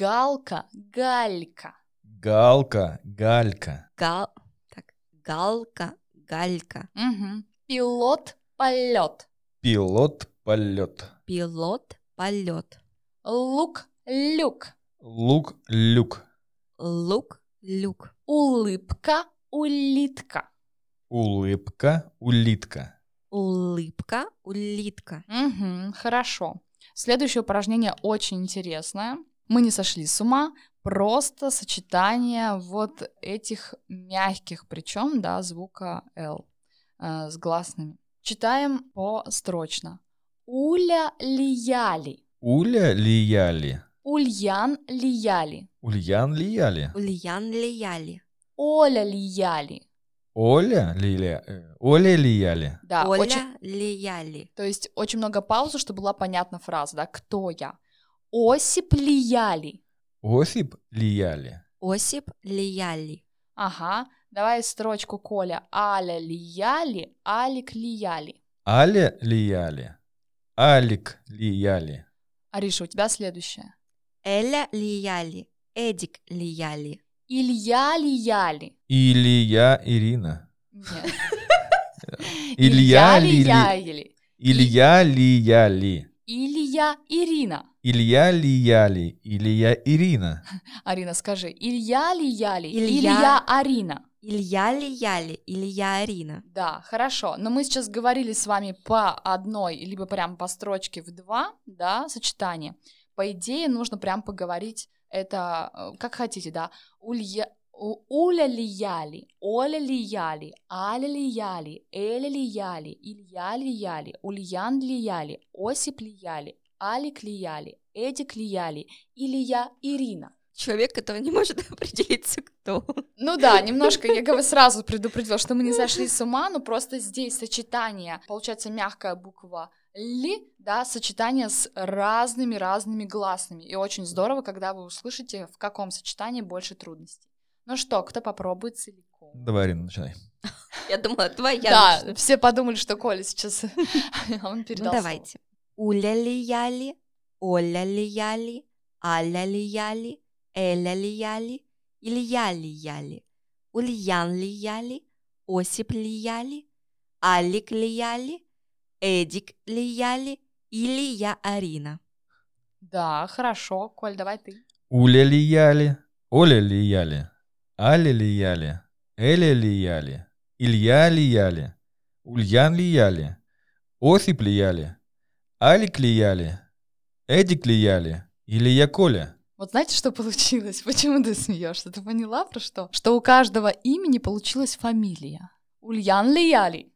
Speaker 6: Галка, галька.
Speaker 5: Галка-галька.
Speaker 4: Гал, так, галка, галька.
Speaker 6: Мгм. Пилот, полет.
Speaker 5: Пилот-полет.
Speaker 4: Пилот, полет.
Speaker 6: Лук, люк.
Speaker 5: Лук-люк.
Speaker 4: Лук, люк.
Speaker 6: Улыбка, улитка.
Speaker 5: Улыбка-улитка.
Speaker 4: Улыбка, улитка.
Speaker 6: Мгм, хорошо. Следующее упражнение очень интересное. Мы не сошли с ума, просто сочетание вот этих мягких, причем, да, звука L э, с гласными. Читаем построчно. Уля лияли,
Speaker 5: Уля лияли.
Speaker 6: Ульян лияли,
Speaker 5: Ульян лияли.
Speaker 4: Ульян Лияли.
Speaker 6: Оля лияли.
Speaker 5: Оля лиля. э, Оля лияли.
Speaker 6: Да,
Speaker 4: Оля
Speaker 6: очень-
Speaker 4: Лияли.
Speaker 6: то есть очень много паузы, чтобы была понятна фраза, да, кто я. Осип лияли.
Speaker 5: Осип лияли.
Speaker 4: Осип Лияли.
Speaker 6: Ага, давай строчку Коля. Аля лияли, Алик лияли.
Speaker 5: Аля лияли. Алик лияли.
Speaker 6: Ариша, у тебя следующее.
Speaker 4: Эля Лияли. Эдик Лияли.
Speaker 6: Илья лияли.
Speaker 5: Илья Ирина.
Speaker 6: Нет.
Speaker 5: Илья лили.
Speaker 6: лияли.
Speaker 5: Илья лияли.
Speaker 6: Илья Ирина.
Speaker 5: Илья лияли. Илья Ирина.
Speaker 6: Арина, скажи. Илья лияли.
Speaker 4: Илья.
Speaker 6: Илья Арина.
Speaker 4: Илья Лияли. Илья Арина.
Speaker 6: Да, хорошо. Но мы сейчас говорили с вами по одной, либо прям по строчке в два, да, сочетание. По идее, нужно прям поговорить это, э, как хотите, да. Улья... У- Уля лияли, Оля лияли, Аля лияли, Эля лияли, Илья лияли, Ульян лияли, Осип лияли, Алик лияли, Эдик лияли, Илья Ирина.
Speaker 4: Человек, который не может определиться, кто он.
Speaker 6: Ну да, немножко я говорю, сразу предупредила, что мы не сошли с ума, но просто здесь сочетание, получается, мягкая буква ли, да, сочетание с разными-разными гласными. И очень здорово, когда вы услышите, в каком сочетании больше трудностей. Ну что, кто попробует целиком?
Speaker 5: Давай, Ирина, начинай.
Speaker 4: Я думала, твоя.
Speaker 6: Да,
Speaker 4: начну.
Speaker 6: все подумали, что Коля сейчас, а он
Speaker 4: Ну
Speaker 6: передал слово.
Speaker 4: давайте. Уля Лияли. Оля Лияли. Аля Лияли. Эля Лияли. Илья Лияли. Ульян Лияли. Осип Лияли. Алик Лияли. Эдик Лияли. Илья Арина.
Speaker 6: Да, хорошо, Коль, давай ты.
Speaker 5: Уля лияли. Оля лияли. Аля лияли. Эля ли я ли? Илья ли я ли? Ульян ли я ли? Осип ли я ли? Алик ли я ли? Эдик ли я ли? Или я Коля?
Speaker 6: Вот знаете, что получилось? Почему ты смеешься? Ты поняла про что? Что у каждого имени получилась фамилия. Ульян Лияли,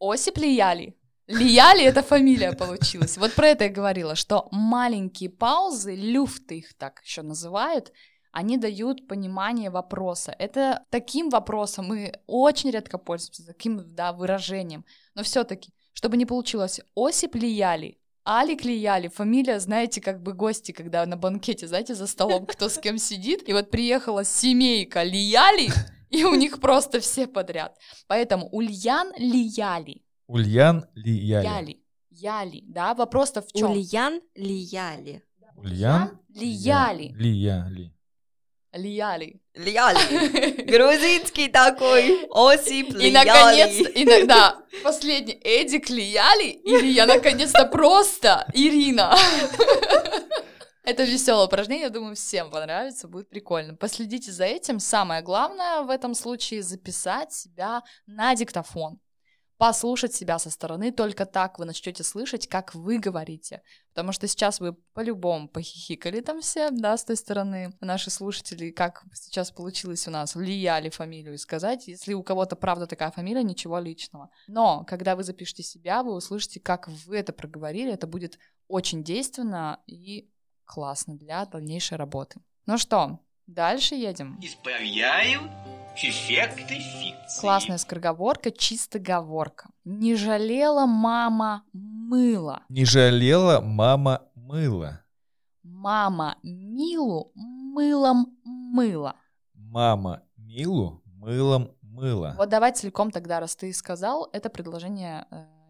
Speaker 6: Осип Лияли. Лияли — это фамилия получилась. Вот про это я говорила, что маленькие паузы, люфты их так еще называют, они дают понимание вопроса. Это таким вопросом мы очень редко пользуемся, таким да, выражением. Но все-таки, чтобы не получилось Осип Лияли, Алик Лияли, фамилия, знаете, как бы гости, когда на банкете, знаете, за столом кто с кем сидит. И вот приехала семейка Лияли, и у них просто все подряд. Поэтому Ульян Лияли.
Speaker 5: Ульян ли я ли?
Speaker 6: Яли. Яли, да? Вопрос-то в чем?
Speaker 4: Ульян Лияли.
Speaker 5: Ульян
Speaker 6: Лияли.
Speaker 5: ли я ли?
Speaker 6: Лияли.
Speaker 4: Лияли. Грузинский такой. Осип
Speaker 6: И наконец-то, иногда, последний, Эдик Лияли, или я наконец-то просто Ирина. Это веселое упражнение, я думаю, всем понравится, будет прикольно. Последите за этим. Самое главное в этом случае записать себя на диктофон. Послушать себя со стороны, только так вы начнете слышать, как вы говорите. Потому что сейчас вы по-любому похихикали там все, да, с той стороны. Наши слушатели, как сейчас получилось у нас, влияли фамилию сказать. Если у кого-то правда такая фамилия, ничего личного. Но когда вы запишете себя, вы услышите, как вы это проговорили. Это будет очень действенно и классно для дальнейшей работы. Ну что, дальше едем.
Speaker 2: Исправляю эффекты фикции.
Speaker 6: Классная скороговорка, чистоговорка. Не жалела мама мыла.
Speaker 5: Не жалела мама мыла.
Speaker 6: Мама Милу мылом мыла.
Speaker 5: Мама Милу мылом мыла.
Speaker 6: Вот давай целиком тогда, раз ты сказал, это предложение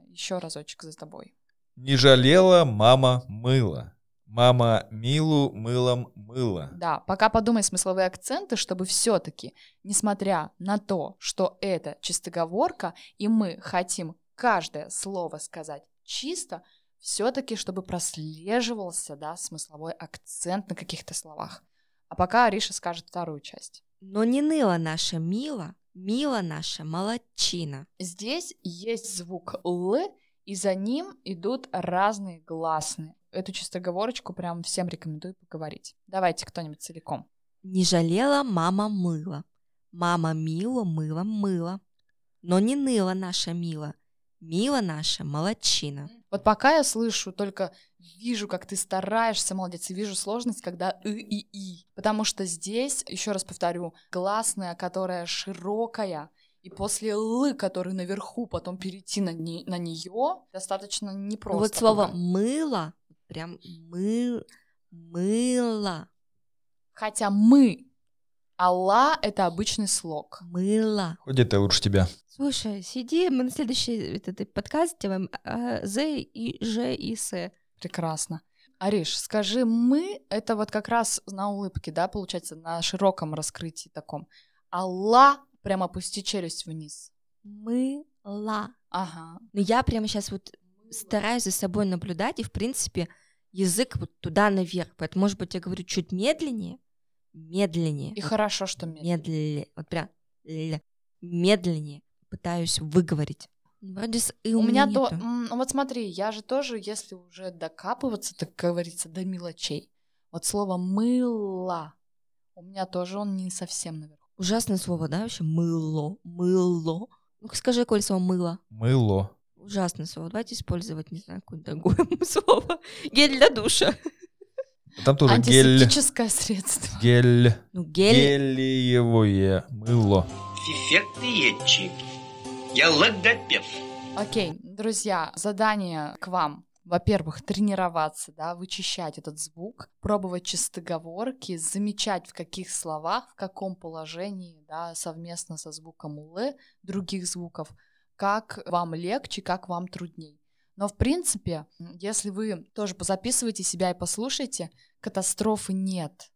Speaker 6: еще разочек за тобой.
Speaker 5: Не жалела мама мыла. Мама Милу мылом мыла.
Speaker 6: Да, пока подумай смысловые акценты, чтобы все-таки, несмотря на то, что это чистоговорка, и мы хотим каждое слово сказать чисто, все-таки, чтобы прослеживался да, смысловой акцент на каких-то словах. А пока Ариша скажет вторую часть.
Speaker 4: Но не ныла наша мила, мила наша молодчина.
Speaker 6: Здесь есть звук «л», и за ним идут разные гласные. Эту чистоговорочку прям всем рекомендую поговорить. Давайте кто-нибудь целиком.
Speaker 4: Не жалела мама мыла. Мама мила мыла мыла. Но не ныла наша мила. Мила наша молодчина.
Speaker 3: Ну,
Speaker 6: Вот пока я слышу, только вижу, как ты стараешься, молодец, и вижу сложность, когда «ы» и «и». Потому что здесь, еще раз повторю, гласная, которая широкая, и после «лы», который наверху, потом перейти на, не- на нее, достаточно непросто.
Speaker 4: вот слово
Speaker 6: пока.
Speaker 4: мыло, прям мы, мыло,
Speaker 6: Хотя мы, Алла — это обычный слог.
Speaker 4: мыло.
Speaker 5: Хоть это лучше а тебя.
Speaker 3: Слушай, сиди, мы на следующий этот подкаст делаем а, З и Ж и С.
Speaker 6: Прекрасно. Ариш, скажи, мы — это вот как раз на улыбке, да, получается, на широком раскрытии таком. Алла — прям опусти челюсть вниз.
Speaker 4: Мыла.
Speaker 6: Ага.
Speaker 4: Но я прямо сейчас вот стараюсь за собой наблюдать, и, в принципе, язык вот туда наверх. Поэтому, может быть, я говорю чуть медленнее, медленнее,
Speaker 6: И хорошо, что медленно.
Speaker 4: медленнее, вот прям л- медленнее пытаюсь выговорить. Ну, Вроде с «ы»
Speaker 6: У меня то...
Speaker 4: нету.
Speaker 6: м, ну Вот смотри, я же тоже, если уже докапываться, так говорится, до мелочей. Вот слово «мыло» у меня тоже он не совсем наверху.
Speaker 4: Ужасное слово, да, вообще? Мыло, мыло. Ну-ка скажи, Коль, слово мыло.
Speaker 5: Мыло.
Speaker 4: Ужасное слово. Давайте использовать, не знаю, какое-нибудь другое слово. Гель для душа.
Speaker 5: Там тоже гель.
Speaker 6: Антисептическое средство.
Speaker 5: Гель.
Speaker 4: Ну, гель.
Speaker 5: Гелиевое мыло.
Speaker 2: Эффекты етчи. Я логопед.
Speaker 6: Окей, друзья, задание к вам. Во-первых, тренироваться, да, вычищать этот звук, пробовать чистоговорки, замечать, в каких словах, в каком положении, да, совместно со звуком «л» других звуков, как вам легче, как вам трудней. Но, в принципе, м, если вы тоже позаписываете себя и послушаете, катастрофы нет.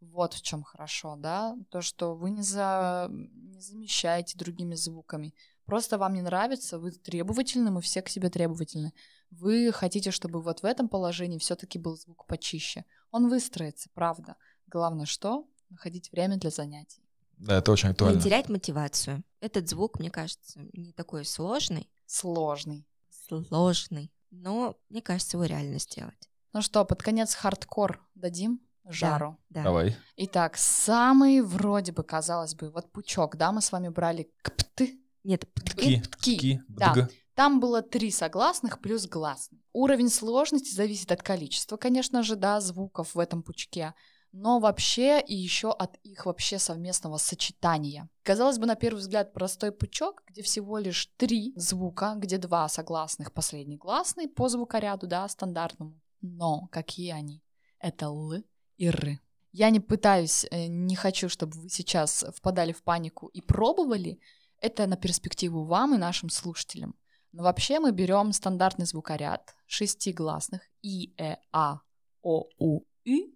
Speaker 6: Вот в чем хорошо, да, то, что вы не, за... не замещаете другими звуками. Просто вам не нравится, вы требовательны, мы все к себе требовательны. Вы хотите, чтобы вот в этом положении все-таки был звук почище. Он выстроится, правда. Главное что? Находить время для занятий.
Speaker 5: Да, это очень актуально.
Speaker 4: Не терять мотивацию. Этот звук, мне кажется, не такой сложный,
Speaker 6: Сложный.
Speaker 4: сложный, но мне кажется, его реально сделать.
Speaker 6: Ну что, под конец хардкор дадим жару.
Speaker 4: Да.
Speaker 5: Давай.
Speaker 6: Итак, самый вроде бы, казалось бы, вот пучок, да, мы с вами брали кпты,
Speaker 4: Нет,
Speaker 5: Ки,
Speaker 6: птки.
Speaker 5: ки,
Speaker 6: Да.
Speaker 5: бдг.
Speaker 6: Там было три согласных плюс гласный. Уровень сложности зависит от количества, конечно же, да, звуков в этом пучке, но вообще и еще от их вообще совместного сочетания. Казалось бы, на первый взгляд, простой пучок, где всего лишь три звука, где два согласных, последний гласный по звукоряду, да, стандартному. Но какие они? Это л и ры. Я не пытаюсь, э, не хочу, чтобы вы сейчас впадали в панику и пробовали. Это на перспективу вам и нашим слушателям. Но вообще мы берем стандартный звукоряд шестигласных И, Э, А, О, У, И,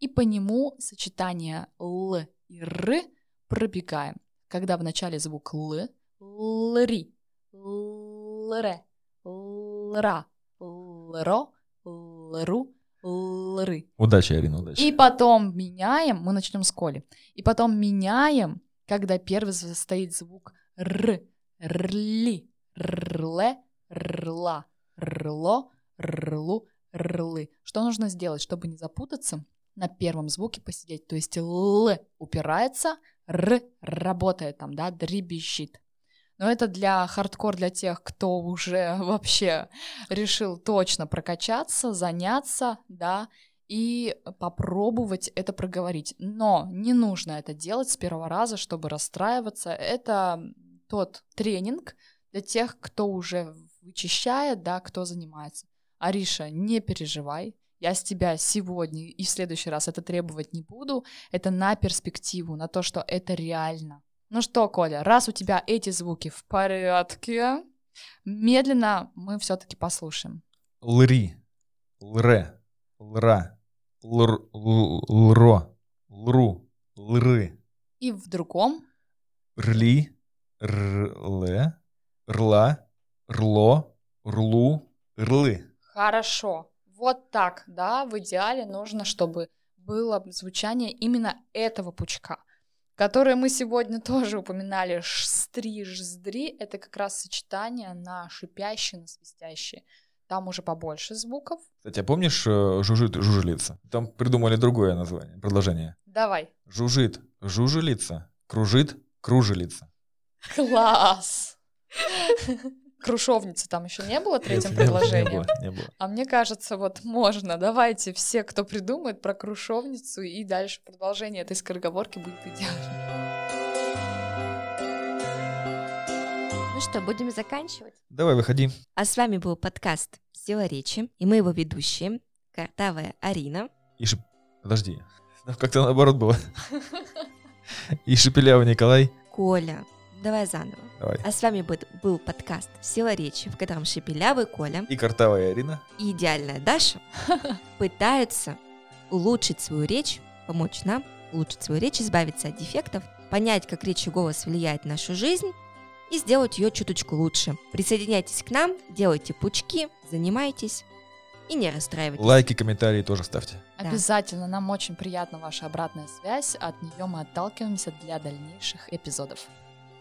Speaker 6: и по нему сочетание Л и Р пробегаем. Когда в начале звук Л, Лри, Лре, Лра, Лро, Лру, Лры.
Speaker 5: Удачи, Арина, удачи.
Speaker 6: И потом меняем, мы начнем с Коли. И потом меняем, когда первый з- стоит звук р, рли, рле, рла, рло, рлу, рлы. Что нужно сделать, чтобы не запутаться? На первом звуке посидеть, то есть л упирается, р работает там, да, дребезжит. Но это для хардкор, для тех, кто уже вообще решил точно прокачаться, заняться, да, и попробовать это проговорить. Но не нужно это делать с первого раза, чтобы расстраиваться. Это тот тренинг для тех, кто уже вычищает, да, кто занимается. Ариша, не переживай, я с тебя сегодня и в следующий раз это требовать не буду. Это на перспективу, на то, что это реально. Ну что, Коля, раз у тебя эти звуки в порядке, медленно мы все-таки послушаем.
Speaker 5: Лри, лре, лра, лр, л- лро, лру, лры,
Speaker 6: И в другом
Speaker 5: рли, рле, рла, рло, рлу, рлы.
Speaker 6: Хорошо. Вот так, да, в идеале нужно, чтобы было звучание именно этого пучка, которое мы сегодня тоже упоминали. Шстри, жздри — это как раз сочетание на шипящий, на свистящий. Там уже побольше звуков.
Speaker 5: Кстати, а помнишь э, «Жужжит жужелица»? Там придумали другое название, продолжение.
Speaker 6: Давай.
Speaker 5: «Жужжит жужелица», «Кружит кружелица».
Speaker 6: Класс! Крушовницы там еще не было третьим
Speaker 5: Не было, Не
Speaker 6: предложением.
Speaker 5: было, не было.
Speaker 6: А мне кажется, вот можно. Давайте все, кто придумает про крушовницу, и дальше продолжение этой скороговорки будет идеально.
Speaker 4: Ну что, будем заканчивать?
Speaker 5: Давай, выходи.
Speaker 4: А с вами был подкаст «Сила речи» и мы его ведущие, Картавая Арина.
Speaker 5: И шип- Подожди. Ну, Как-то наоборот было. И Шепелявый Николай.
Speaker 4: Коля, давай заново.
Speaker 5: Давай.
Speaker 4: А с вами бы- был подкаст «Сила речи», в котором шепелявый Коля
Speaker 5: И Картавая Арина.
Speaker 4: и идеальная Даша пытаются улучшить свою речь, помочь нам улучшить свою речь, избавиться от дефектов, понять, как речь и голос влияет на нашу жизнь и сделать ее чуточку лучше. Присоединяйтесь к нам, делайте пучки, занимайтесь и не расстраивайтесь.
Speaker 5: Лайки, комментарии тоже ставьте.
Speaker 4: Да.
Speaker 6: Обязательно, нам очень приятна ваша обратная связь, от нее мы отталкиваемся для дальнейших эпизодов.